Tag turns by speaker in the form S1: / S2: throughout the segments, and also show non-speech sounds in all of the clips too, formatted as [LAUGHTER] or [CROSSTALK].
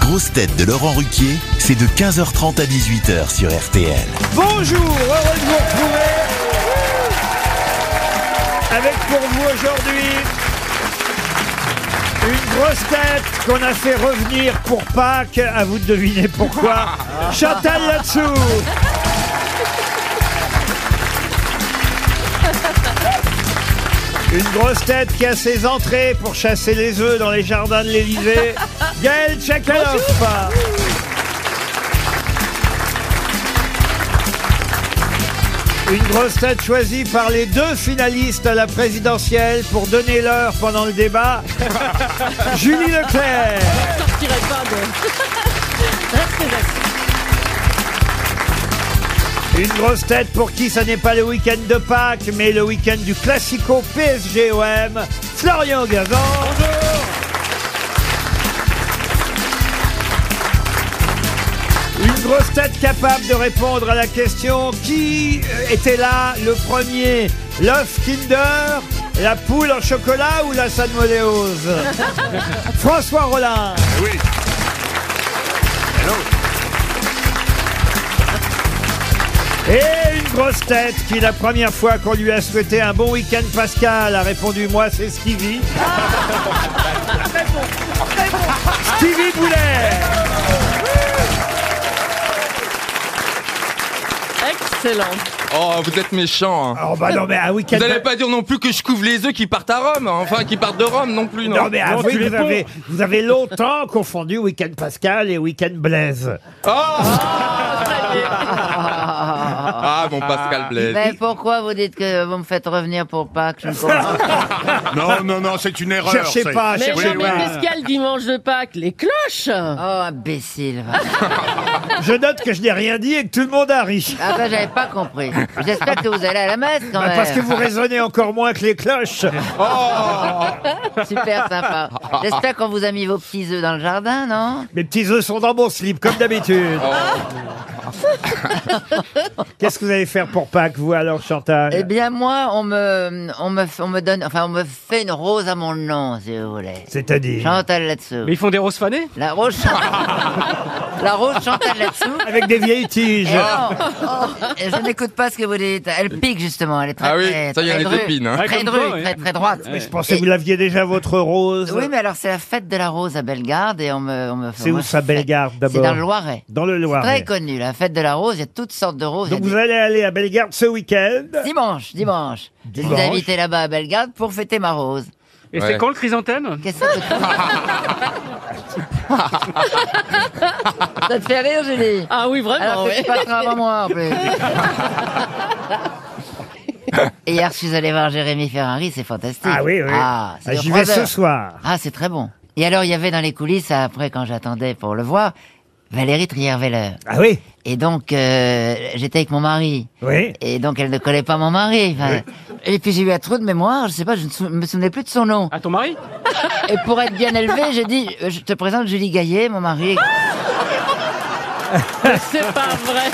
S1: grosses têtes de Laurent Ruquier, c'est de 15h30 à 18h sur RTL.
S2: Bonjour, heureux de vous retrouver avec pour vous aujourd'hui une grosse tête qu'on a fait revenir pour Pâques, à vous de deviner pourquoi, Chantal Latsou. Une grosse tête qui a ses entrées pour chasser les œufs dans les jardins de l'Élysée, Gaël Tchakalov. Une grosse tête choisie par les deux finalistes à la présidentielle pour donner l'heure pendant le débat. Julie Leclerc.
S3: sortirai pas de.
S2: Une grosse tête pour qui ça n'est pas le week-end de Pâques, mais le week-end du Classico PSGOM. Florian Gazan. Une grosse tête capable de répondre à la question qui euh, était là le premier L'œuf Kinder, la poule en chocolat ou la salmoléose François Rollin.
S4: Oui. Hello.
S2: Et une grosse tête qui, la première fois qu'on lui a souhaité un bon week-end pascal, a répondu Moi, c'est Stevie. Stevie Boulet
S3: Excellent.
S4: Oh, vous êtes méchant.
S2: Oh, bah non, mais un
S4: Vous
S2: week-end.
S4: n'allez pas dire non plus que je couvre les œufs qui partent à Rome, hein, enfin qui partent de Rome non plus, non
S2: Non, mais avouez,
S5: tu
S2: vous,
S5: réponds.
S2: avez, vous avez longtemps confondu week-end pascal et week-end blaise.
S4: Oh ah, mon Pascal Blaise.
S6: Mais Ben, pourquoi vous dites que vous me faites revenir pour Pâques Je ne comprends pas.
S5: Non, non, non, c'est une erreur.
S2: cherchez
S5: c'est-
S2: pas,
S3: Mais
S2: cherchez
S3: non, mais
S2: pas.
S3: qu'est-ce qu'il y a le dimanche de Pâques Les cloches
S6: Oh, imbécile. va.
S2: Je note que je n'ai rien dit et que tout le monde a ri. Bah,
S6: Ah ben, j'avais pas compris. J'espère que vous allez à la messe quand même.
S2: Parce que vous raisonnez encore moins que les cloches.
S6: Super sympa. J'espère qu'on vous a mis vos petits œufs dans le jardin, non
S2: Mes petits œufs sont dans mon slip, comme d'habitude. Qu'est-ce que vous allez faire pour Pâques, vous, alors, Chantal
S6: Eh bien, moi, on me, on me, on me donne, enfin, on me fait une rose à mon nom, si vous voulez.
S2: C'est-à-dire
S6: Chantal là-dessous.
S7: Mais ils font des roses fanées
S6: La rose, la rose Chantal là-dessous.
S2: Avec des vieilles tiges.
S6: Et non, et je n'écoute pas ce que vous dites. Elle pique justement, elle est très
S4: Ah oui,
S6: très,
S4: ça y est,
S6: très
S4: elle est
S6: drue,
S4: épine, hein.
S7: Ouais,
S6: très
S7: comme
S6: drue,
S7: toi, ouais.
S6: très très droite.
S2: Je pensais que vous l'aviez déjà, votre rose.
S6: Oui, mais alors c'est la fête de la rose à Bellegarde et on me. on me-
S2: C'est
S6: on
S2: où
S6: me
S2: ça,
S6: fait-
S2: Bellegarde,
S6: C'est
S2: d'abord
S6: dans le Loiret.
S2: Dans le
S6: Très
S2: Loiret.
S6: connu, la fête de la rose, il y a toutes sortes de roses.
S2: Donc
S6: Il y a
S2: vous allez aller à Bellegarde ce week-end.
S6: des- Dimanche, dimanche. Je vous
S2: Dimanche.
S6: invité là-bas à Bellegarde pour fêter ma rose.
S7: Et
S4: Ouais.
S7: c'est quand le chrysanthème
S6: Qu'est-ce que
S3: [LAUGHS]
S6: Ça te fait rire, Julie
S3: Ah oui, vraiment,
S6: Alors que
S3: oui.
S6: tu passeras avant moi,
S3: [LAUGHS]
S6: en plus. Et hier, je suis allé voir Jérémy Ferrari, c'est fantastique.
S2: Ah oui, oui.
S6: Ah, c'est
S2: Ah,
S6: dans
S2: J'y
S6: trois
S2: vais ce
S6: heures.
S2: soir.
S6: Ah, c'est très bon. Et alors, il y avait dans les coulisses, après, quand j'attendais pour le voir, Valérie Trierweiler.
S2: Ah oui
S6: Et donc, euh, j'étais avec mon mari.
S2: Oui.
S6: Et donc, elle ne connaît pas mon mari. Enfin, Et puis, j'ai eu un trou de mémoire, je sais pas, je ne sou- me souvenais plus de son nom.
S7: À ton mari
S6: Et pour être bien élevé, j'ai dit, euh, je te présente Julie Gaillet, mon mari.
S3: C'est pas vrai.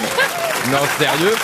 S4: Non, sérieux